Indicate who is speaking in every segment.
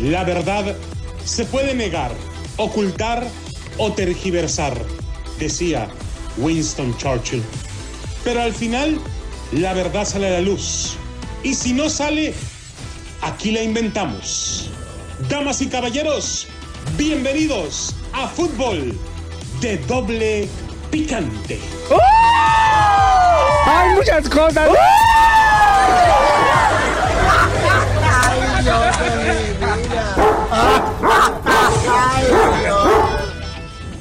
Speaker 1: La verdad se puede negar, ocultar o tergiversar, decía Winston Churchill. Pero al final, la verdad sale a la luz. Y si no sale, aquí la inventamos. Damas y caballeros, bienvenidos a Fútbol de Doble Picante.
Speaker 2: ¡Hay muchas cosas!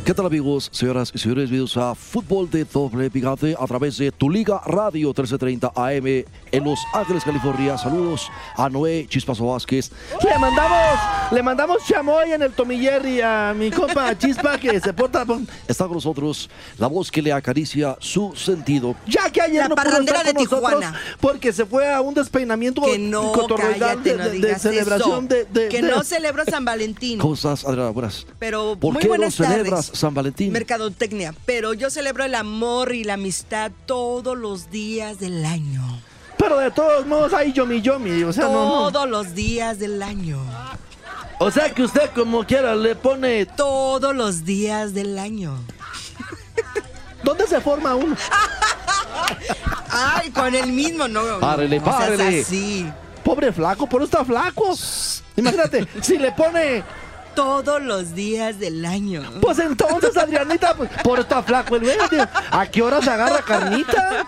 Speaker 3: ¿Qué tal amigos, señoras y señores? Bienvenidos a Fútbol de Doble Picante a través de Tu Liga Radio 1330 AM en Los Ángeles, California. Saludos a Noé Chispazo Vázquez.
Speaker 4: Le mandamos, le mandamos chamoy en el tomillerri a mi compa Chispa que se porta. bon-
Speaker 3: Está con nosotros la voz que le acaricia su sentido.
Speaker 4: Ya que ayer
Speaker 5: La
Speaker 4: no pudo estar
Speaker 5: parrandera
Speaker 4: con
Speaker 5: de
Speaker 4: nosotros
Speaker 5: Tijuana.
Speaker 4: porque se fue a un despeinamiento
Speaker 5: Que no,
Speaker 4: cotorroidal
Speaker 5: cállate,
Speaker 4: de,
Speaker 5: no
Speaker 4: de- de
Speaker 5: digas
Speaker 4: celebración
Speaker 5: eso.
Speaker 4: de, de-
Speaker 5: que
Speaker 4: de-
Speaker 5: no celebro San Valentín.
Speaker 3: ¿Cómo estás, Adriana? Buenas.
Speaker 5: Pero
Speaker 3: ¿Por
Speaker 5: muy
Speaker 3: qué no
Speaker 5: buenas
Speaker 3: celebras
Speaker 5: tardes.
Speaker 3: San Valentín?
Speaker 5: Mercadotecnia. Pero yo celebro el amor y la amistad todos los días del año.
Speaker 4: Pero de todos modos hay yomi yomi, o sea, no, no.
Speaker 5: todos los días del año.
Speaker 4: O sea que usted como quiera le pone.
Speaker 5: Todos los días del año.
Speaker 4: ¿Dónde se forma uno?
Speaker 5: Ay, con el mismo, no. no,
Speaker 3: Párele,
Speaker 5: no seas
Speaker 3: párele.
Speaker 5: así.
Speaker 4: Pobre flaco, por eso está flaco. Imagínate, si le pone.
Speaker 5: Todos los días del año.
Speaker 4: Pues entonces, Adrianita, pues, por está flaco el güey. tío. ¿A qué hora se agarra carnita?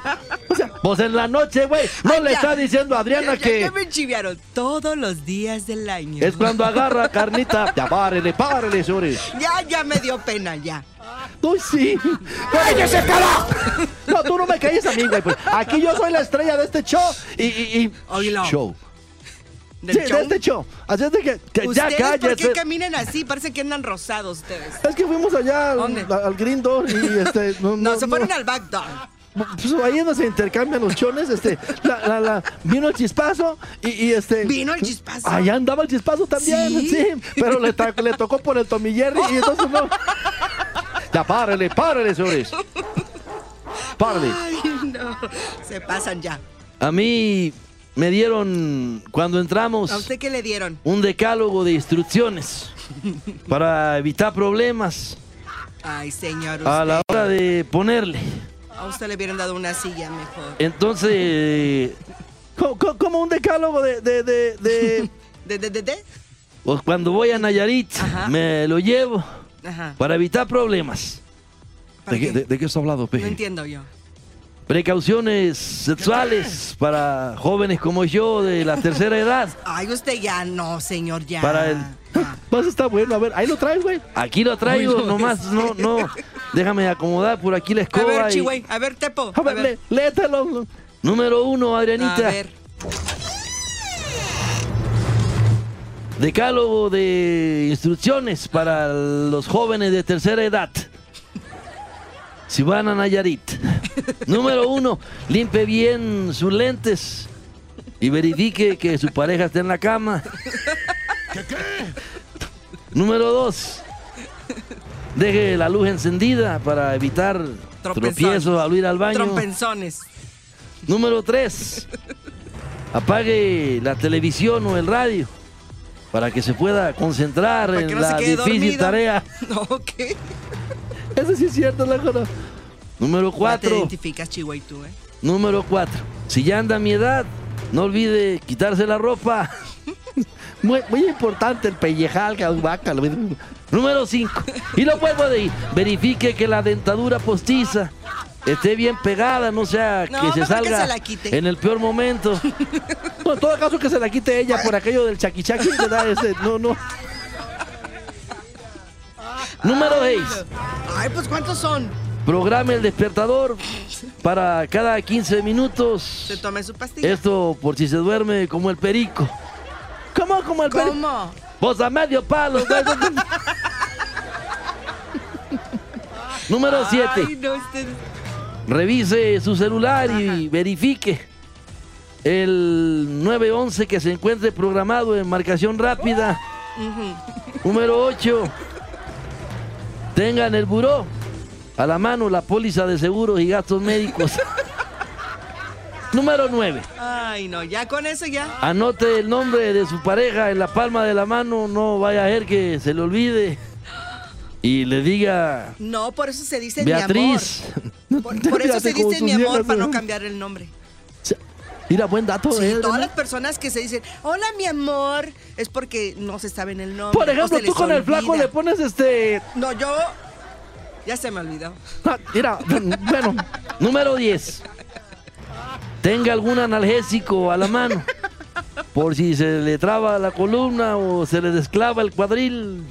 Speaker 4: O sea, pues en la noche, güey. No
Speaker 5: Ay,
Speaker 4: le
Speaker 5: ya.
Speaker 4: está diciendo a
Speaker 5: Ya,
Speaker 4: Adriana
Speaker 5: ya,
Speaker 4: que
Speaker 5: ya me chiviaron. Todos los días del año.
Speaker 4: es cuando agarra carnita. Ya párele, párele, señores.
Speaker 5: Ya, ya me dio pena, ya.
Speaker 4: Uy, sí. ¡Cállese, cara! No, tú no me calles a mí, güey. pues. Aquí yo soy la estrella de este show y. y, y-
Speaker 5: Oílo.
Speaker 3: Show.
Speaker 5: Del
Speaker 4: Sí, de
Speaker 5: show.
Speaker 4: este show. Así es de que. que ya
Speaker 5: ¿Ustedes por qué
Speaker 4: cállese.
Speaker 5: caminan así? Parece que andan rosados ustedes.
Speaker 4: Es que fuimos allá al,
Speaker 5: ¿Dónde?
Speaker 4: al Green Door y este. No,
Speaker 5: No,
Speaker 4: no,
Speaker 5: se
Speaker 4: no.
Speaker 5: fueron al backdoor.
Speaker 4: Pues ahí es donde se intercambian los chones, este, la, la, la, vino el chispazo y, y, este...
Speaker 5: Vino el chispazo.
Speaker 4: Allá andaba el chispazo también, sí,
Speaker 5: Sí.
Speaker 4: pero le, ta- le tocó por el tomillerri y entonces no... Ya párale, párale, señores. Párale.
Speaker 5: Ay, no. Se pasan ya.
Speaker 4: A mí me dieron, cuando entramos,
Speaker 5: ¿A usted qué le dieron?
Speaker 4: un decálogo de instrucciones para evitar problemas
Speaker 5: Ay, señor.
Speaker 4: a
Speaker 5: usted-
Speaker 4: la hora de ponerle.
Speaker 5: a usted le hubieran dado una silla mejor.
Speaker 4: Entonces, co- co- como un decálogo de- de- de- de
Speaker 5: ¿De, de, de, de?
Speaker 4: Pues cuando voy a Nayarit,
Speaker 5: Ajá.
Speaker 4: me lo llevo
Speaker 5: Ajá.
Speaker 4: para evitar problemas.
Speaker 5: ¿Para
Speaker 3: ¿De qué,
Speaker 5: qué?
Speaker 3: de, de qué está hablando,
Speaker 5: No
Speaker 3: Peje?
Speaker 5: entiendo yo.
Speaker 4: Precauciones sexuales para jóvenes como yo de la tercera edad.
Speaker 5: Ay, usted ya no, señor, ya.
Speaker 4: Para el.
Speaker 5: Ah.
Speaker 4: Vas está bueno, a ver, ahí lo traes, güey. Aquí lo traigo,
Speaker 5: Uy, no,
Speaker 4: nomás, no, no. Déjame acomodar por aquí la
Speaker 5: A
Speaker 4: escoba.
Speaker 5: ver,
Speaker 4: y-
Speaker 5: Chihuey, a ver, Tepo.
Speaker 4: A ver, lé- léetelo. Número uno,
Speaker 5: A
Speaker 4: Adrianita.
Speaker 5: ver.
Speaker 4: Decálogo de instrucciones para los jóvenes de tercera edad. Si van a Nayarit. Número uno, limpie bien sus lentes y verifique que su pareja esté en la cama. Número dos, deje la luz encendida para evitar
Speaker 5: Tropezón.
Speaker 4: tropiezos al ir al baño.
Speaker 5: Trompenzones.
Speaker 4: Número 3. Apague la televisión o el radio para que se pueda concentrar
Speaker 5: Para que
Speaker 4: en
Speaker 5: no se
Speaker 4: la
Speaker 5: quede
Speaker 4: difícil
Speaker 5: dormido.
Speaker 4: tarea.
Speaker 5: No, ¿qué?
Speaker 4: Eso sí es cierto, la Número
Speaker 5: Ya Te
Speaker 4: 4.
Speaker 5: identificas, Chihuey, tú, ¿eh?
Speaker 4: Número 4. Si ya anda a mi edad, no olvide quitarse la ropa. Muy, muy importante el pellejal, cabrón, guácalo. Número 5. Y lo vuelvo de ahí. Verifique que la dentadura postiza esté bien pegada, no sea
Speaker 5: No,
Speaker 4: que se
Speaker 5: mejor que
Speaker 4: salga
Speaker 5: se la quite.
Speaker 4: en el peor momento. No, en todo caso que se la quite ella por aquello del chaquichaqui, ¿verdad? Ese, no, no. Número 6.
Speaker 5: Ay, pues, ¿cuántos son?
Speaker 4: Programe el despertador para cada 15 minutos.
Speaker 5: Se tome su pastilla.
Speaker 4: Esto por si se duerme como el perico. ¿Cómo como el perico?
Speaker 5: ¿Cómo?
Speaker 4: Vos a medio palo. güey. Número 7.
Speaker 5: Ay, no, este usted...
Speaker 4: Revise su celular y verifique el 911 que se encuentre programado en marcación rápida. Número 8. Tenga en el buró a la mano la póliza de seguros y gastos médicos. Número 9.
Speaker 5: Ay, no, ya con eso ya.
Speaker 4: Anote el nombre de su pareja en la palma de la mano, no vaya a ser que se le olvide. Y le diga
Speaker 5: No, por eso se dice
Speaker 4: Beatriz.
Speaker 5: mi amor. Por, por eso
Speaker 4: Fíjate
Speaker 5: se
Speaker 4: cómo
Speaker 5: dice
Speaker 4: sus
Speaker 5: mi amor
Speaker 4: mierdas,
Speaker 5: para no
Speaker 4: ¿no?
Speaker 5: cambiar el nombre.
Speaker 4: Mira, buen dato.
Speaker 5: Sí,
Speaker 4: eh,
Speaker 5: todas
Speaker 4: ¿no?
Speaker 5: las personas que se dicen, hola mi amor, es porque no se saben el nombre.
Speaker 4: Por
Speaker 5: o
Speaker 4: ejemplo,
Speaker 5: se
Speaker 4: tú
Speaker 5: les
Speaker 4: con el flaco
Speaker 5: olvida.
Speaker 4: le pones este.
Speaker 5: No, yo. Ya se me olvidó.
Speaker 4: Ah, Mira, bueno, número 10. Tenga algún analgésico a la mano. Por si se le traba la columna o se le desclava el cuadril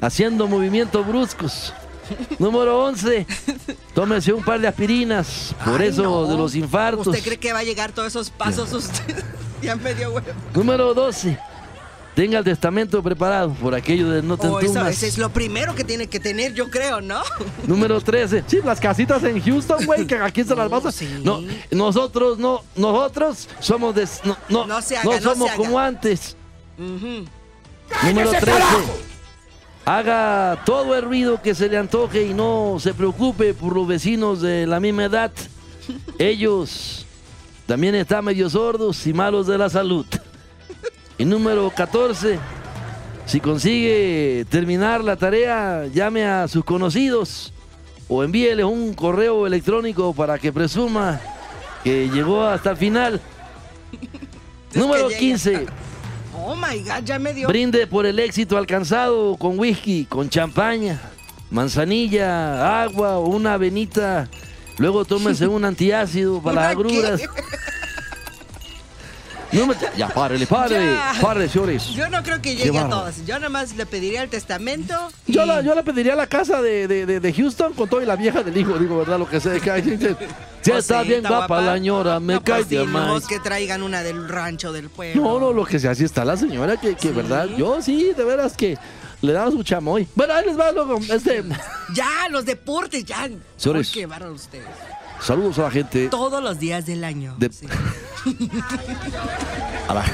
Speaker 4: haciendo movimientos bruscos. Número 11. Tómese un par de aspirinas por
Speaker 5: Ay,
Speaker 4: eso
Speaker 5: no.
Speaker 4: de los infartos.
Speaker 5: ¿Usted cree que va a llegar todos esos pasos usted? ya me dio huevo.
Speaker 4: Número 12. Tenga el testamento preparado por aquello de no te
Speaker 5: O Oh, eso,
Speaker 4: entumas.
Speaker 5: ese es lo primero que tiene que tener, yo creo, ¿no?
Speaker 4: Número 13. Sí, las casitas en Houston, güey, que aquí se las
Speaker 5: No,
Speaker 4: vas a...
Speaker 5: sí.
Speaker 4: No, nosotros no, nosotros somos des- No, no,
Speaker 5: No se haga, no
Speaker 4: somos
Speaker 5: se haga.
Speaker 4: como antes.
Speaker 5: Ujú.
Speaker 4: Número 13. Haga todo el ruido que se le antoje y no se preocupe por los vecinos de la misma edad. Ellos también están medio sordos y malos de la salud. Y número 14. Si consigue terminar la tarea, llame a sus conocidos o envíele un correo electrónico para que presuma que llegó hasta el final. Número
Speaker 5: llega.
Speaker 4: 15.
Speaker 5: Oh my god, ya me dio.
Speaker 4: Brinde por el éxito alcanzado con whisky, con champaña, manzanilla, agua o una avenita. Luego tómese un antiácido para las
Speaker 5: ¿Una qué?
Speaker 4: agruras. No me- ya, párele, párele,
Speaker 5: Ya.
Speaker 4: párele, señores.
Speaker 5: Yo no creo que llegue a
Speaker 3: bárbaro.
Speaker 5: todas. Yo nada más le pediría el testamento.
Speaker 4: Yo
Speaker 5: y-
Speaker 4: la, yo la pediría a la casa de, de- de- de Houston con todo y la vieja del hijo, digo, ¿verdad? Lo que sea. Que si
Speaker 5: Pues
Speaker 4: está
Speaker 5: sí,
Speaker 4: bien guapa, la ñora, me
Speaker 5: No,
Speaker 4: cae
Speaker 5: pues sí,
Speaker 4: de
Speaker 5: no,
Speaker 4: más.
Speaker 5: que traigan una del rancho del pueblo.
Speaker 4: No, no, lo que sea, así está la señora, que, que verdad, yo sí, de veras que le daba su chamoy. Bueno, ahí les va luego, este...
Speaker 5: Ya, los deportes, ya.
Speaker 3: Señores.
Speaker 5: Ay, qué bárbaros ustedes.
Speaker 3: Saludos a la gente.
Speaker 5: Todos los días del año.
Speaker 3: De-
Speaker 5: sí.
Speaker 3: A la,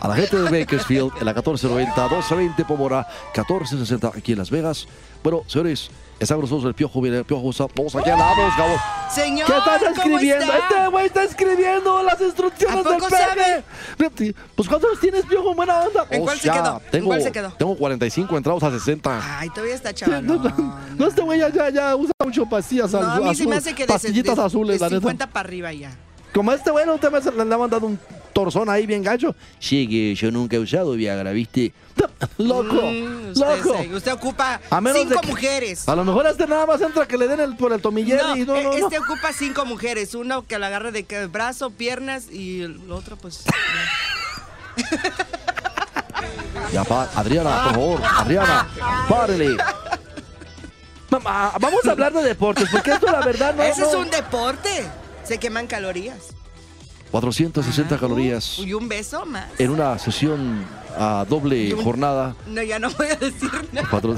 Speaker 3: a la gente de Bakersfield en la 1490, 1220 Pomora, 1460 aquí en Las Vegas. Bueno, señores, está con nosotros el Piojo, viene el Piojo, está- vamos aquí al lado, vamos.
Speaker 5: Señor,
Speaker 4: ¿Qué estás
Speaker 5: ¿cómo
Speaker 4: escribiendo?
Speaker 5: está?
Speaker 4: Este güey está escribiendo las
Speaker 5: ¿A
Speaker 4: instrucciones del
Speaker 5: poco sabe?
Speaker 4: peje. Pues ¿cuántos tienes, viejo? Buena onda. Oh,
Speaker 5: ¿En cuál se
Speaker 3: Hostia,
Speaker 5: quedó? ¿En
Speaker 3: Tengo,
Speaker 5: cuál se quedó? Ah,
Speaker 3: Tengo 45 entrados a 60.
Speaker 5: Ay, todavía está
Speaker 4: No,
Speaker 5: chaval.
Speaker 4: no, no, este güey ya, ya, ya usa mucho pastillas
Speaker 5: No, a mí se me
Speaker 4: azules,
Speaker 5: hace que de-
Speaker 4: pastillitas
Speaker 5: de-
Speaker 4: azules,
Speaker 5: de
Speaker 4: la
Speaker 5: 50
Speaker 4: neta.
Speaker 5: para arriba ya.
Speaker 4: Como a este güey no te me le andaban dando un torzón ahí bien gacho. Sí, que yo nunca he usado Viagra, ¿viste? Loco,
Speaker 5: Mm, usted,
Speaker 4: loco.
Speaker 5: se- usted ocupa
Speaker 4: A menos de
Speaker 5: cinco
Speaker 4: que-
Speaker 5: mujeres.
Speaker 4: A lo mejor este nada más entra que le den el, por el tomillero
Speaker 5: No,
Speaker 4: y no,
Speaker 5: eh,
Speaker 4: no, no.
Speaker 5: este ocupa cinco mujeres. Una que la agarre de que- brazo, piernas y el otro, pues. ya.
Speaker 3: Ya, pa- Adriana, por favor, Adriana, párele.
Speaker 4: Mamá, ah, vamos a hablar de deportes, porque esto la verdad no
Speaker 5: Ese es
Speaker 4: no-
Speaker 5: un deporte. Se queman calorías. uh,
Speaker 3: 460
Speaker 5: Ah,
Speaker 3: calorías
Speaker 5: Y un beso más.
Speaker 4: Eh.
Speaker 3: en una sesión a doble
Speaker 5: Y un-
Speaker 3: jornada.
Speaker 5: No, ya no voy a decir nada.
Speaker 3: Cuatro-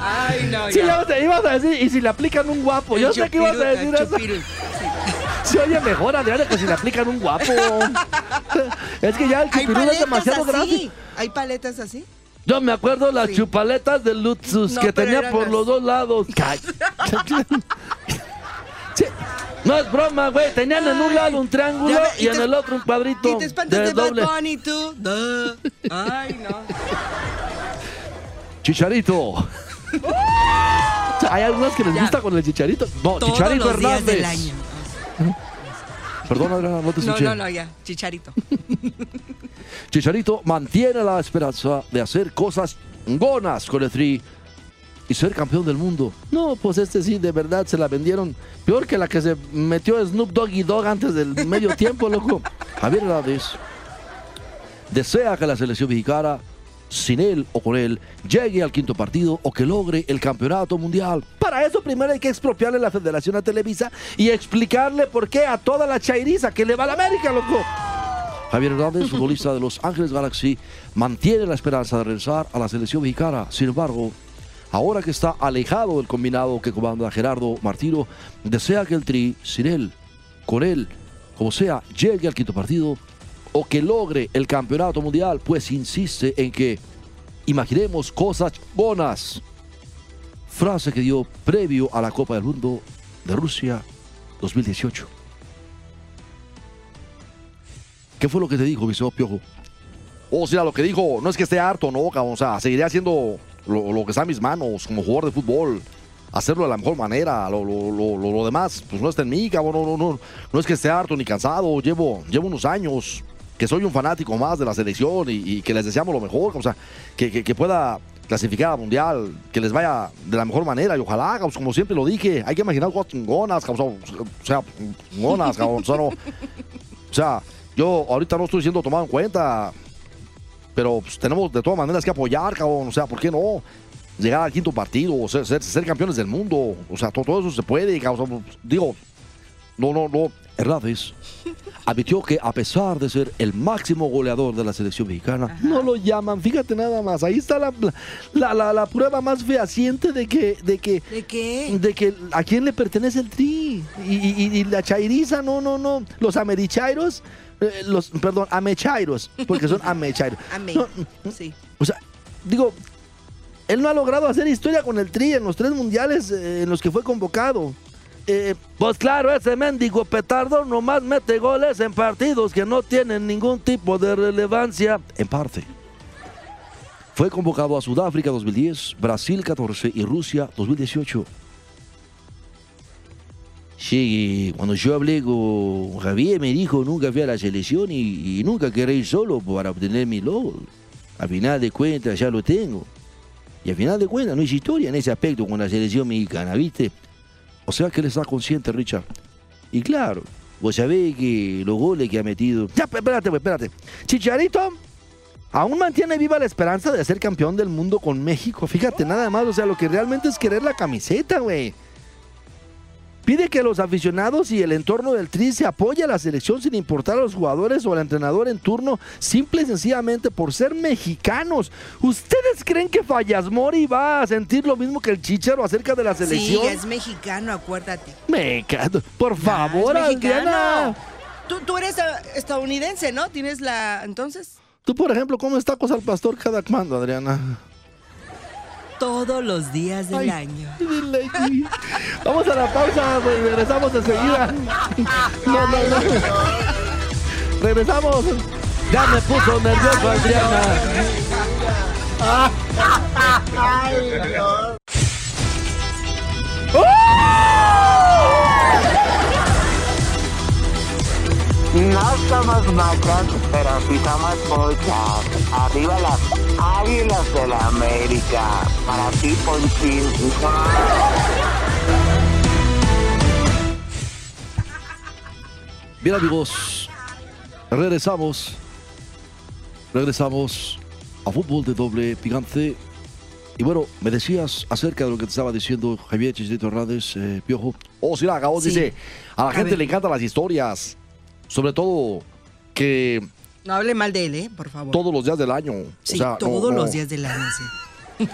Speaker 5: Ay, no,
Speaker 4: Sí,
Speaker 5: ya.
Speaker 4: ya te ibas a decir, y si le aplican un guapo,
Speaker 5: El
Speaker 4: yo sé que ibas a
Speaker 5: chupiru- el
Speaker 4: decir eso.
Speaker 5: chupiru. Sí.
Speaker 4: Se oye mejor, Adriana, que si le aplican un guapo. es que ya el
Speaker 5: Hay
Speaker 4: chupirú es
Speaker 5: paletas
Speaker 4: demasiado
Speaker 5: así.
Speaker 4: grande.
Speaker 5: Hay paletas así.
Speaker 4: Yo me acuerdo las
Speaker 5: Sí.
Speaker 4: chupaletas de Lutzus
Speaker 5: No,
Speaker 4: que
Speaker 5: pero
Speaker 4: tenía
Speaker 5: eran
Speaker 4: por
Speaker 5: las-
Speaker 4: los dos lados. Ay. Sí, No es broma, güey. Tenían en un lado un triángulo
Speaker 5: Ya ve,
Speaker 4: y
Speaker 5: y te-
Speaker 4: en el otro un cuadrito
Speaker 5: Y te espantas
Speaker 4: de
Speaker 5: de
Speaker 4: doble.
Speaker 5: Bad Bunny, tú. Duh. Ay, no.
Speaker 3: Chicharito,
Speaker 4: Hay algunas que les
Speaker 5: Ya.
Speaker 4: gusta con el chicharito. No,
Speaker 5: Todos
Speaker 4: chicharito
Speaker 5: los días
Speaker 4: Hernández.
Speaker 5: del año.
Speaker 3: perdón Adriana, no te
Speaker 5: No,
Speaker 3: escuché.
Speaker 5: no, no, ya. Chicharito.
Speaker 3: Chicharito mantiene la esperanza de hacer cosas gonas con el Tri y ser campeón del mundo.
Speaker 4: No, pues este sí, de verdad, se la vendieron peor que la que se metió Snoop Doggy Dogg antes del medio tiempo, loco.
Speaker 3: Javier Hernández desea que la selección mexicana, sin él o con él, llegue al quinto partido o que logre el campeonato mundial.
Speaker 4: Para eso primero hay que expropiarle la federación a Televisa y explicarle por qué a toda la chairiza que le va a la América, loco.
Speaker 3: Javier Hernández, futbolista de Los Ángeles Galaxy, mantiene la esperanza de regresar a la selección mexicana. Sin embargo, ahora que está alejado del combinado que comanda Gerardo Martino, desea que el Tri, sin él, con él, como sea, llegue al quinto partido o que logre el campeonato mundial, pues insiste en que imaginemos cosas buenas. Frase que dio previo a la Copa del Mundo
Speaker 4: de Rusia 2018. ¿Qué fue lo que te dijo, Vicente Piojo? Oh, sí, a lo que dijo, no es que esté harto, no, cabrón. O sea, seguiré haciendo lo, lo que está en mis manos como jugador de fútbol. Hacerlo de la mejor manera. Lo, lo- lo- lo- lo demás, pues no está en mí, cabrón. No, no, no, no es que esté harto ni cansado. Llevo, llevo unos años que soy un fanático más de la selección y, y que les deseamos lo mejor. O sea, que, que- que pueda clasificar a Mundial, que les vaya de la mejor manera y ojalá, cabrón, como siempre lo dije, hay que imaginar cosas chingonas, cabrón, o sea, chingonas, cabrón, o sea, no- o sea, yo ahorita no estoy siendo tomado en cuenta, pero pues, tenemos de todas maneras que apoyar, cabrón. O sea, ¿por qué no? Llegar al quinto partido, o ser, ser- ser campeones del mundo. O sea, to- todo, eso se puede, cabrón. O sea, pues, digo, no, no, no. Hernández admitió que a pesar de ser el máximo goleador de la selección mexicana, no lo llaman. Fíjate nada más, ahí está la, la, la- la prueba más fehaciente de que, de que
Speaker 5: ¿De qué?
Speaker 6: de que a quién le pertenece el tri y, y- y- y la chairiza, no, no, no, los americhairos, eh, los, perdón, amechairos, porque son amechairos.
Speaker 5: Amé.
Speaker 6: No,
Speaker 5: Sí.
Speaker 6: o sea, digo, él no ha logrado hacer historia con el tri en los tres mundiales eh, en los que fue convocado. Eh, pues claro, ese mendigo petardo nomás mete goles en partidos que no tienen ningún tipo de relevancia.
Speaker 4: en parte. Fue convocado a Sudáfrica 2010, Brasil 14 y Rusia 2018. Sí, cuando yo hablé con Javier me dijo nunca fui a la selección y, y nunca querré ir solo para obtener mi logro. Al final de cuentas ya lo tengo. Y al final de cuentas no es historia en ese aspecto con la selección mexicana, ¿viste? O sea que él está consciente, Richard. Y claro, vos sabés que los goles que ha metido...
Speaker 6: Ya, pe- espérate, güey, espérate. Chicharito aún mantiene viva la esperanza de ser campeón del mundo con México. Fíjate, nada más, o sea, lo que realmente es querer la camiseta, güey. Pide que los aficionados y el entorno del Tri se apoye a la selección sin importar a los jugadores o al entrenador en turno, simple y sencillamente por ser mexicanos. ¿Ustedes creen que Fallas Mori va a sentir lo mismo que el Chicharo acerca de la
Speaker 5: Sí,
Speaker 6: selección?
Speaker 5: es mexicano, acuérdate.
Speaker 6: Me cago- Por
Speaker 5: Ah, es
Speaker 6: favor,
Speaker 5: mexicano.
Speaker 6: Adriana.
Speaker 5: Tú, tú eres eh, estadounidense, ¿no? Tienes la. Entonces.
Speaker 6: Tú, por ejemplo, comes tacos al pastor cada cuando, Adriana.
Speaker 5: Todos los días del
Speaker 6: Ay.
Speaker 5: año.
Speaker 6: Dile, sí. Vamos a la pausa, güey, regresamos enseguida. No, no, no. Regresamos. Ya me puso nervioso Adriana.
Speaker 2: No somos machas, pero sí somos pochas. Arriba las águilas de la América. Para ti, Ponchín.
Speaker 4: Bien amigos, regresamos, regresamos a fútbol de doble picante. Y bueno, me decías acerca de lo que te estaba diciendo Javier Chichito Hernández, eh, Piojo. Oh, sí, la
Speaker 5: Sí.
Speaker 4: dice, a la
Speaker 5: A
Speaker 4: gente
Speaker 5: ver.
Speaker 4: le encantan las historias, sobre todo que
Speaker 5: No hable mal de él, ¿eh? Por favor.
Speaker 4: todos los días del año. o
Speaker 5: sí,
Speaker 4: sea, no-
Speaker 5: todos
Speaker 4: no-
Speaker 5: los días del año, sí.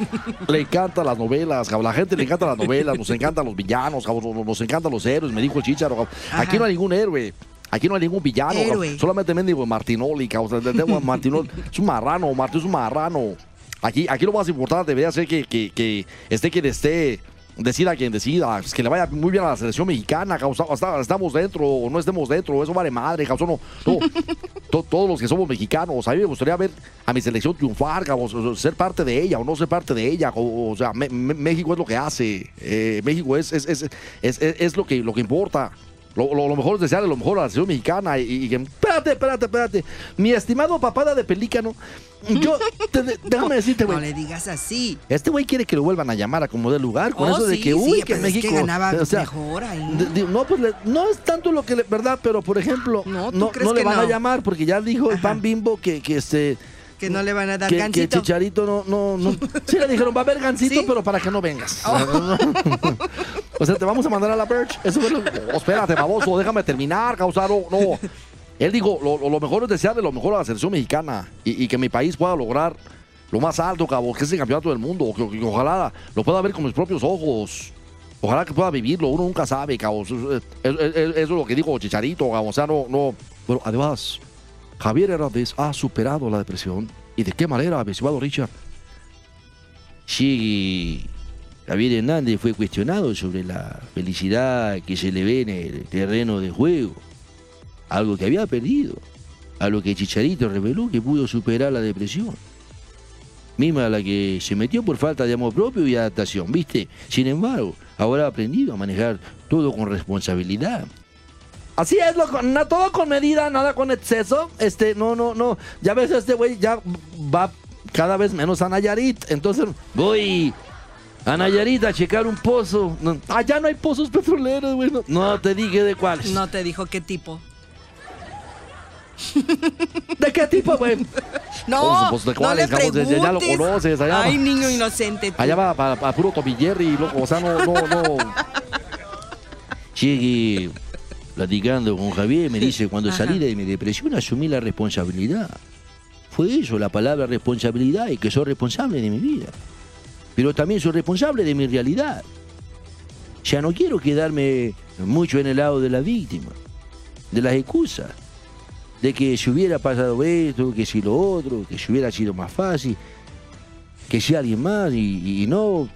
Speaker 4: Le encantan las novelas, cabrón. La gente le encantan las novelas, nos encantan los villanos, cabrón. Nos, nos encantan los héroes, me dijo el Chicharo, cabrón. Aquí
Speaker 5: Ajá.
Speaker 4: no hay ningún héroe. Aquí no hay ningún villano, cabrón.
Speaker 5: Héroe.
Speaker 4: Solamente mendigo Martinoli, cabrón. Le tengo a Martinoli. Es un marrano, Martín es un marrano. Aquí, aquí lo más importante debería ser que, que, que esté quien esté. Decida quien decida, pues, que le vaya muy bien a la selección mexicana, cabrón. Está- está- estamos dentro o no estemos dentro, eso vale madre, cabrón. No, no. To- todos los que somos mexicanos. A mí me gustaría ver a mi selección triunfar, cabrón, o- o ser parte de ella o no ser parte de ella. O, o sea, me- me- México es lo que hace. eh, México es, es, es, es- es- es lo, que, lo que importa. Lo, lo- lo mejor es desearle lo mejor a la selección mexicana. Y, y que- espérate, espérate, espérate. Mi estimado papada de pelícano, yo, te- te- déjame decirte,
Speaker 5: No
Speaker 4: güey.
Speaker 5: le digas así.
Speaker 4: Este güey quiere que lo vuelvan a llamar a como del lugar con
Speaker 5: Oh,
Speaker 4: eso de
Speaker 5: sí,
Speaker 4: que, uy,
Speaker 5: sí,
Speaker 4: que
Speaker 5: pues es que
Speaker 4: México.
Speaker 5: ganaba
Speaker 4: o sea,
Speaker 5: mejor ahí.
Speaker 6: D- digo, no, pues le- no es tanto lo que le, ¿verdad? Pero por ejemplo, no,
Speaker 5: No, ¿tú
Speaker 6: no,
Speaker 5: crees
Speaker 6: le
Speaker 5: que
Speaker 6: van a
Speaker 5: no?
Speaker 6: llamar porque ya dijo el pan bimbo que, que este.
Speaker 5: Que no le van a dar
Speaker 6: que, que
Speaker 5: gancito.
Speaker 6: Chicharito no, no, no. Sí le dijeron, va a haber gancito,
Speaker 5: ¿Sí?
Speaker 6: pero para que no vengas. o sea, te vamos a mandar a la Birch. Eso fue lo-
Speaker 4: Oh, espérate, baboso, déjame terminar, causado. No. Él dijo, lo, lo- lo mejor es desearle lo mejor a la selección mexicana y, y que mi país pueda lograr lo más alto, cabo, que es el campeonato del mundo, que, que ojalá lo pueda ver con mis propios ojos. Ojalá que pueda vivirlo, uno nunca sabe, cabo. Eso, es- es- es- eso es lo que dijo Chicharito, cabo. O sea, no, no. Bueno, además, Javier Hernández ha superado la depresión. ¿Y de qué manera, mi estimado Richard? Sí, Javier Hernández fue cuestionado sobre la felicidad que se le ve en el terreno de juego, algo que había perdido, a lo que Chicharito reveló que pudo superar la depresión. Misma a la que se metió por falta de amor propio y adaptación, ¿viste? Sin embargo, ahora ha aprendido a manejar todo con responsabilidad. Así es, loco. No, todo con medida, nada con exceso. Este, no, no, no. Ya ves, este güey ya va cada vez menos a Nayarit. Entonces, voy a Nayarit a checar un pozo. No, allá Ah, no hay pozos petroleros, güey. No, no te dije de cuáles.
Speaker 5: No te dijo qué tipo.
Speaker 4: ¿De qué tipo, güey?
Speaker 5: No,
Speaker 4: Pues, pues, ¿de
Speaker 5: no
Speaker 4: cuáles, Carlos?
Speaker 5: le
Speaker 4: Ya-
Speaker 5: preguntes.
Speaker 4: ya lo conoces, allá
Speaker 5: Ay,
Speaker 4: va.
Speaker 5: niño inocente. tú.
Speaker 4: Allá va para, para puro Tommy Jerry, loco. O sea, no, no, no. Llegué platicando con Javier, me dice, cuando
Speaker 5: Ajá.
Speaker 4: salí de mi depresión asumí la responsabilidad. Fue eso, la palabra responsabilidad y que soy responsable de mi vida. Pero también soy responsable de mi realidad. Ya no quiero quedarme mucho en el lado de la víctima, de las excusas, de que si hubiera pasado esto, que si lo otro, que si hubiera sido más fácil que sea alguien más y, y no.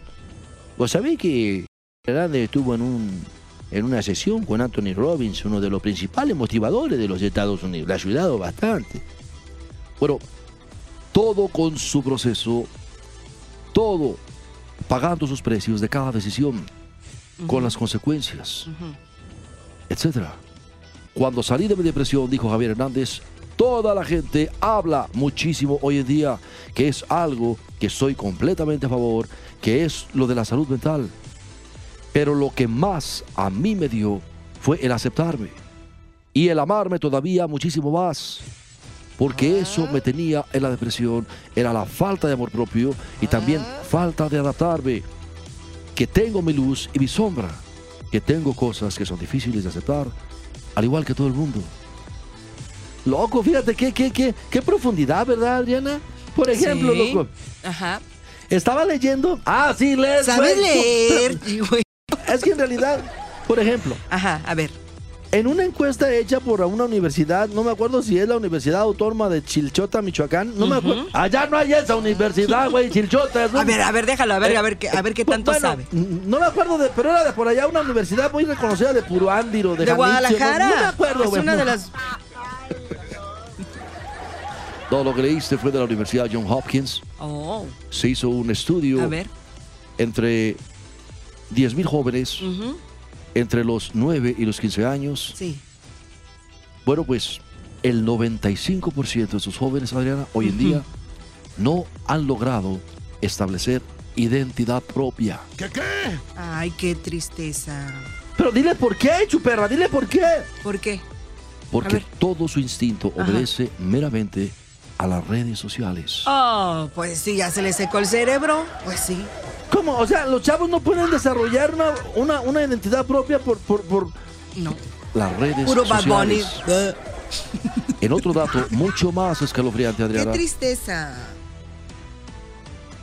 Speaker 4: Vos sabés que Hernández estuvo en un en una sesión con Anthony Robbins, uno de los principales motivadores de los Estados Unidos. Le ha ayudado bastante.
Speaker 3: Bueno, todo con su proceso, todo pagando sus precios de cada decisión, con las consecuencias, etcétera. Cuando salí de mi depresión, dijo Javier Hernández, toda la gente habla muchísimo hoy en día, que es algo que soy completamente a favor, que es lo de la salud mental. Pero lo que más a mí me dio fue el aceptarme y el amarme todavía muchísimo más.
Speaker 5: Ah.
Speaker 3: Porque eso me tenía en la depresión, era la falta de amor propio y también
Speaker 5: Ah.
Speaker 3: falta de adaptarme. Que tengo mi luz y mi sombra, que tengo cosas que son difíciles de aceptar, al igual que todo el mundo.
Speaker 4: Loco, fíjate qué, qué, qué, qué profundidad, ¿verdad, Adriana? Por ejemplo,
Speaker 5: Sí.
Speaker 4: loco,
Speaker 5: Ajá.
Speaker 4: estaba leyendo. Ah, sí, lees.
Speaker 5: ¿Sabes
Speaker 4: güey.
Speaker 5: leer? Y, güey,
Speaker 4: Es que en realidad, por ejemplo,
Speaker 5: Ajá, a ver.
Speaker 4: En una encuesta hecha por una universidad, no me acuerdo si es la Universidad Autónoma de Chilchota, Michoacán, no me acuerdo. Allá no hay esa universidad, güey, Chilchota. es
Speaker 5: A
Speaker 4: un-
Speaker 5: ver, a ver, déjalo, a ver, a ver, qué- a ver qué tanto
Speaker 4: Bueno,
Speaker 5: sabe.
Speaker 4: n- No me acuerdo, de, pero era de por allá una universidad muy reconocida de Puruándiro, de,
Speaker 5: De
Speaker 4: Jalisco, no-
Speaker 5: Guadalajara.
Speaker 4: No, me acuerdo,
Speaker 5: es
Speaker 4: güey.
Speaker 5: una de las.
Speaker 3: Todo lo que leíste fue de la Universidad John Hopkins.
Speaker 5: Oh,
Speaker 3: Se hizo un estudio
Speaker 5: a ver.
Speaker 3: entre 10.000 jóvenes
Speaker 5: ujú,
Speaker 3: entre los 9 y los 15 años.
Speaker 5: Sí.
Speaker 3: Bueno, pues el 95% de sus jóvenes, Adriana, hoy en día no han logrado establecer identidad propia.
Speaker 5: Ay, qué tristeza.
Speaker 4: Pero dile por qué, chuperra, dile por qué.
Speaker 5: ¿Por qué?
Speaker 3: Porque
Speaker 5: ver.
Speaker 3: todo su instinto
Speaker 5: Ajá.
Speaker 3: obedece meramente a las redes sociales.
Speaker 5: Oh, pues sí, ya se le secó el cerebro. Pues sí.
Speaker 4: ¿Cómo? O sea, los chavos no pueden desarrollar una, una, una identidad propia por, por, por-
Speaker 5: No.
Speaker 3: Las redes
Speaker 5: Puro Bad Bunny.
Speaker 3: sociales.
Speaker 5: Buh.
Speaker 3: En otro dato mucho más escalofriante,
Speaker 5: Qué
Speaker 3: Adriana.
Speaker 5: tristeza.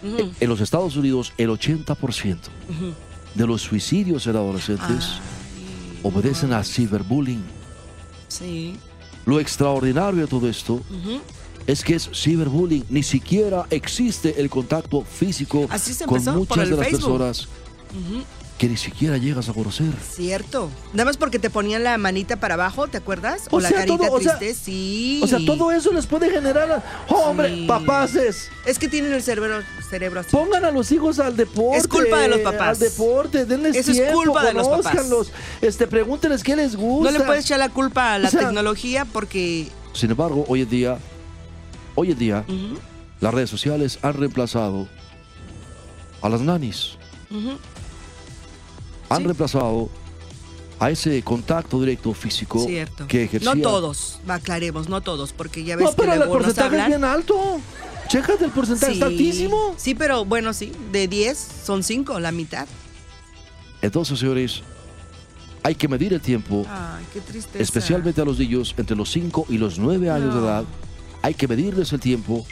Speaker 5: Ujú.
Speaker 3: En los Estados Unidos, el 80% de los suicidios en
Speaker 5: Ah.
Speaker 3: adolescentes
Speaker 5: Ay,
Speaker 3: obedecen a ciberbullying.
Speaker 5: Sí.
Speaker 3: Lo extraordinario de todo esto
Speaker 5: Ujú.
Speaker 3: es que es ciberbullying. Ni siquiera existe el contacto físico
Speaker 5: Así se
Speaker 3: con
Speaker 5: empezó, por
Speaker 3: muchas
Speaker 5: el
Speaker 3: de las
Speaker 5: Facebook.
Speaker 3: personas
Speaker 5: Ujú.
Speaker 3: que ni siquiera llegas a conocer.
Speaker 5: Cierto. Nada más porque te ponían la manita para abajo, ¿te acuerdas? O,
Speaker 4: O
Speaker 5: la
Speaker 4: sea,
Speaker 5: carita
Speaker 4: todo- o sea-
Speaker 5: triste, sí.
Speaker 4: O sea, todo eso les puede generar. a-
Speaker 3: "Oh,
Speaker 4: ¡Hombre,
Speaker 5: Sí.
Speaker 4: papaces!
Speaker 5: Es que tienen el cerebro, cerebro así.
Speaker 4: Pongan a los hijos al deporte.
Speaker 5: Es culpa de los papás.
Speaker 4: Al deporte, denles
Speaker 5: Eso es
Speaker 4: tiempo,
Speaker 5: culpa de los papás.
Speaker 4: conózcanlos, Este, pregúntenles qué les
Speaker 5: No
Speaker 4: gusta.
Speaker 5: le puedes echar la culpa a la
Speaker 4: o sea-
Speaker 5: tecnología porque.
Speaker 3: Sin embargo, hoy en día, hoy en día,
Speaker 5: Ujú,
Speaker 3: las redes sociales han reemplazado a las nanis.
Speaker 5: ujú.
Speaker 3: Han
Speaker 5: Sí.
Speaker 3: reemplazado a ese contacto directo físico
Speaker 5: Cierto.
Speaker 3: que ejercía.
Speaker 5: No todos, aclaremos, no todos, porque ya ves
Speaker 4: No,
Speaker 5: que
Speaker 4: pero el
Speaker 5: luego nos
Speaker 4: porcentaje es
Speaker 5: hablan.
Speaker 4: bien alto. Chécate, el porcentaje está altísimo.
Speaker 5: Sí, pero bueno, sí, de 10 son 5, la mitad.
Speaker 3: Entonces, señores, hay que medir el tiempo,
Speaker 5: Ay, qué tristeza.
Speaker 3: especialmente a los niños entre los 5 y los 9 años
Speaker 5: No.
Speaker 3: de edad. Hay que medirles el tiempo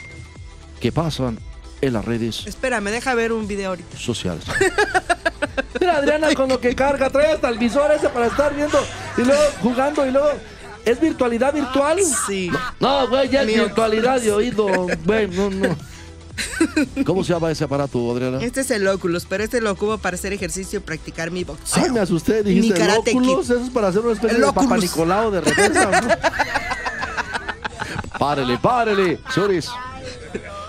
Speaker 3: que pasan en las redes
Speaker 5: Espérame, deja ver un video ahorita.
Speaker 3: sociales.
Speaker 4: Mira, Adriana, con lo que carga, trae hasta el visor ese para estar viendo y luego jugando y luego. ¿Es virtualidad virtual?
Speaker 5: Ah, Sí.
Speaker 4: No, güey, ya es
Speaker 5: Mío.
Speaker 4: virtualidad de oído. Güey, no, no.
Speaker 3: ¿Cómo se llama ese aparato, Adriana?
Speaker 5: Este es el óculos, pero este lo ocupo para hacer ejercicio y practicar mi boxeo.
Speaker 4: Ay, me asusté,
Speaker 5: Ni
Speaker 4: dijiste
Speaker 5: Karate Kid.
Speaker 4: lóculos, eso es para hacer una especie
Speaker 5: El
Speaker 4: de papá
Speaker 5: Oculus.
Speaker 4: Nicolau de repente. ¿no?
Speaker 3: Párele, párele. Señores,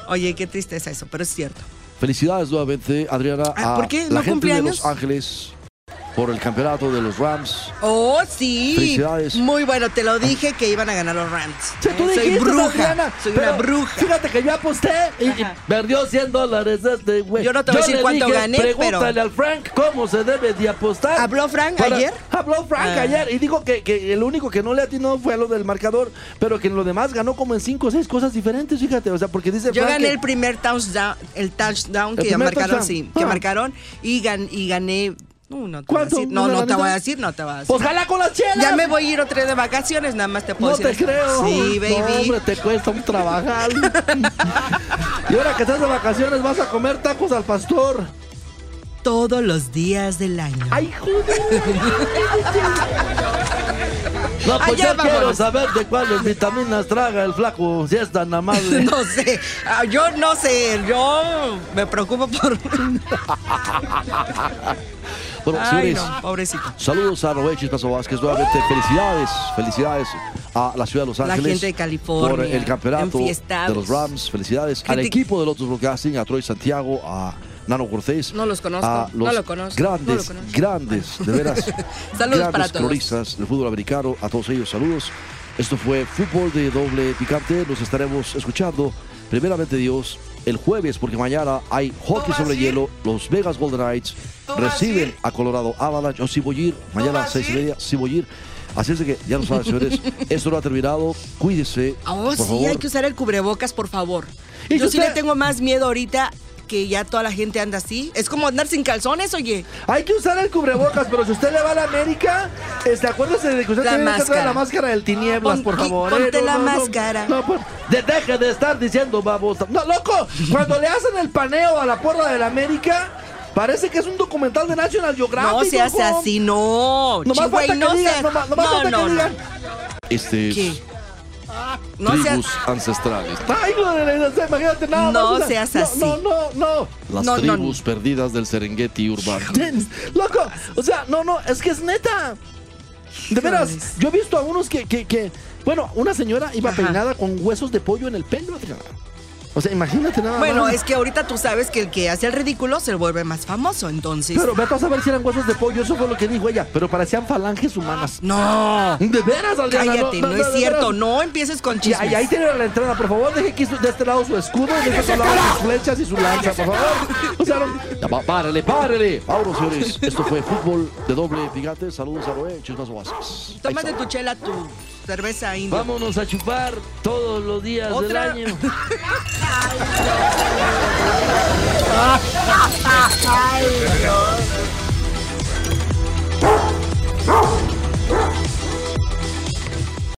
Speaker 5: Oye, qué triste es eso, pero es cierto.
Speaker 3: felicidades nuevamente, Adriana.
Speaker 5: Ah,
Speaker 3: a
Speaker 5: ¿por qué?
Speaker 3: La
Speaker 5: ¿No
Speaker 3: gente de
Speaker 5: cumpleaños?
Speaker 3: Los Ángeles por el campeonato de los Rams.
Speaker 5: Oh, sí.
Speaker 3: Felicidades.
Speaker 5: Muy bueno, te lo dije que iban a ganar los Rams.
Speaker 4: Sí, tú
Speaker 5: Soy
Speaker 4: dijiste,
Speaker 5: bruja.
Speaker 4: Adriana,
Speaker 5: soy
Speaker 4: pero
Speaker 5: una bruja.
Speaker 4: Fíjate que yo aposté y, y perdió 100 dólares este güey.
Speaker 5: Yo no te voy a decir
Speaker 4: le
Speaker 5: cuánto
Speaker 4: dije,
Speaker 5: gané, pero-
Speaker 4: Pregúntale al Frank cómo se debe de apostar.
Speaker 5: ¿Habló Frank ayer?
Speaker 4: Habló Frank
Speaker 5: Ah.
Speaker 4: ayer y dijo que, que el único que no le atinó fue a lo del marcador, pero que en lo demás ganó como en 5 o 6 cosas diferentes, fíjate. O sea, porque dice
Speaker 5: Yo
Speaker 4: Frank
Speaker 5: gané
Speaker 4: que-
Speaker 5: el primer touchdown, el touchdown
Speaker 4: El
Speaker 5: que
Speaker 4: primer
Speaker 5: marcaron,
Speaker 4: touchdown.
Speaker 5: sí, que
Speaker 4: Ah.
Speaker 5: marcaron y, gan- y gané. No, no te voy a
Speaker 4: ¿Cuánto?
Speaker 5: decir. No,
Speaker 4: ¿Una
Speaker 5: no te
Speaker 4: lanita?
Speaker 5: voy a decir, no te voy a decir.
Speaker 4: Pues jala con las chelas.
Speaker 5: Ya me voy a ir otra vez de vacaciones, nada más te puedo
Speaker 4: No te
Speaker 5: decir.
Speaker 4: creo. No,
Speaker 5: Sí, baby.
Speaker 4: hombre, te cuesta un trabajar. y ahora que estás de vacaciones vas a comer tacos al pastor.
Speaker 5: Todos los días del año.
Speaker 4: ¡Ay, joder! No, pues
Speaker 5: Allá
Speaker 4: yo quiero
Speaker 5: vámonos.
Speaker 4: saber de cuáles vitaminas traga el flaco, si es tan amable.
Speaker 5: No sé, ah, yo no sé, yo me preocupo por...
Speaker 3: Bueno,
Speaker 5: Ay,
Speaker 3: señores,
Speaker 5: no, pobrecito.
Speaker 3: pues, saludos a Noé Chispazo Vázquez. Nuevamente, felicidades, felicidades a la ciudad de Los
Speaker 5: La
Speaker 3: Ángeles.
Speaker 5: gente de California,
Speaker 3: Por el campeonato
Speaker 5: enfiestados.
Speaker 3: de los Rams. Felicidades al
Speaker 5: Gente-
Speaker 3: equipo de Lotus Broadcasting, a Troy Santiago, a Nano Cortés.
Speaker 5: No los conozco,
Speaker 3: a
Speaker 5: no
Speaker 3: los
Speaker 5: lo conozco, no lo
Speaker 3: Grandes,
Speaker 5: conozco.
Speaker 3: grandes, de veras.
Speaker 5: Saludos
Speaker 3: grandes
Speaker 5: para todos.
Speaker 3: cronistas del fútbol americano. A todos ellos, saludos. Esto fue Fútbol de Doble Picante. Nos estaremos escuchando, primeramente Dios, el jueves, porque mañana hay hockey sobre hielo. Los Vegas Golden Knights reciben a Colorado Avalanche o Cibollir. Mañana a seis y media, Cibollir. Así es de que ya lo saben, señores. Esto no ha terminado. Cuídese.
Speaker 5: Oh,
Speaker 3: por
Speaker 5: sí,
Speaker 3: favor.
Speaker 5: hay que usar el cubrebocas, por favor.
Speaker 4: ¿Y
Speaker 5: Yo sí
Speaker 4: usted?
Speaker 5: le tengo más miedo ahorita que ya toda la gente anda así. Es como andar sin calzones, oye.
Speaker 4: Hay que usar el cubrebocas, pero si usted le va a la América, este, acuérdese de que usted
Speaker 5: La
Speaker 4: tiene que traer
Speaker 5: máscara.
Speaker 4: la máscara del tinieblas,
Speaker 5: Pon-
Speaker 4: por
Speaker 5: qui-
Speaker 4: favor. eh,
Speaker 5: ponte la
Speaker 4: no,
Speaker 5: máscara.
Speaker 4: No, por- de- deje de estar diciendo babosa. No, loco, cuando le hacen el paneo a la porra de la América, parece que es un documental de National Geographic.
Speaker 5: No se hace
Speaker 4: loco.
Speaker 5: así, no.
Speaker 4: Nomás
Speaker 5: Chihuahua,
Speaker 4: falta
Speaker 5: no
Speaker 4: que digan,
Speaker 5: se-
Speaker 4: nomás, nomás
Speaker 5: no,
Speaker 4: falta
Speaker 5: no,
Speaker 4: que
Speaker 5: no.
Speaker 4: digan.
Speaker 3: Este es
Speaker 5: ¿Qué? No se
Speaker 3: tribus ancestrales.
Speaker 4: Ay, hijo de la- o sea, imagínate nada
Speaker 5: No
Speaker 4: más una-
Speaker 5: seas así.
Speaker 4: No, no, no.
Speaker 3: Las
Speaker 5: No, no, no.
Speaker 3: tribus perdidas del Serengeti urbano.
Speaker 4: Loco, o sea, no, no, es que es neta. De veras,
Speaker 5: Híjoles.
Speaker 4: yo he visto a unos que, que, que- bueno, una señora iba
Speaker 5: Ajá.
Speaker 4: peinada con huesos de pollo en el pelo. Adriana. O sea, imagínate nada
Speaker 5: Bueno, eh.
Speaker 4: más.
Speaker 5: es que ahorita tú sabes que el que hace el ridículo se vuelve más famoso, entonces.
Speaker 4: Pero vete a saber si eran huesos de pollo, eso fue lo que dijo ella, pero parecían falanges humanas.
Speaker 5: No.
Speaker 4: De veras, Adriana,
Speaker 5: Cállate, no, es
Speaker 4: de
Speaker 5: cierto,
Speaker 4: veras.
Speaker 5: no empieces con
Speaker 4: Y
Speaker 5: chismes.
Speaker 4: ahí, ahí tiene la entrada, por favor, deje aquí su- de este lado su escudo, y de este lado sus flechas y su lanza, por favor. O sea, no-
Speaker 3: Ya, pa- párale, párale. Vámonos, señores. Esto fue Fútbol de Doble Picante. Saludos a Noé Chispazo Vázquez.
Speaker 5: Tómate tu chela, tu cerveza india.
Speaker 4: Vámonos a chupar todos los días
Speaker 5: Otra.
Speaker 4: del año.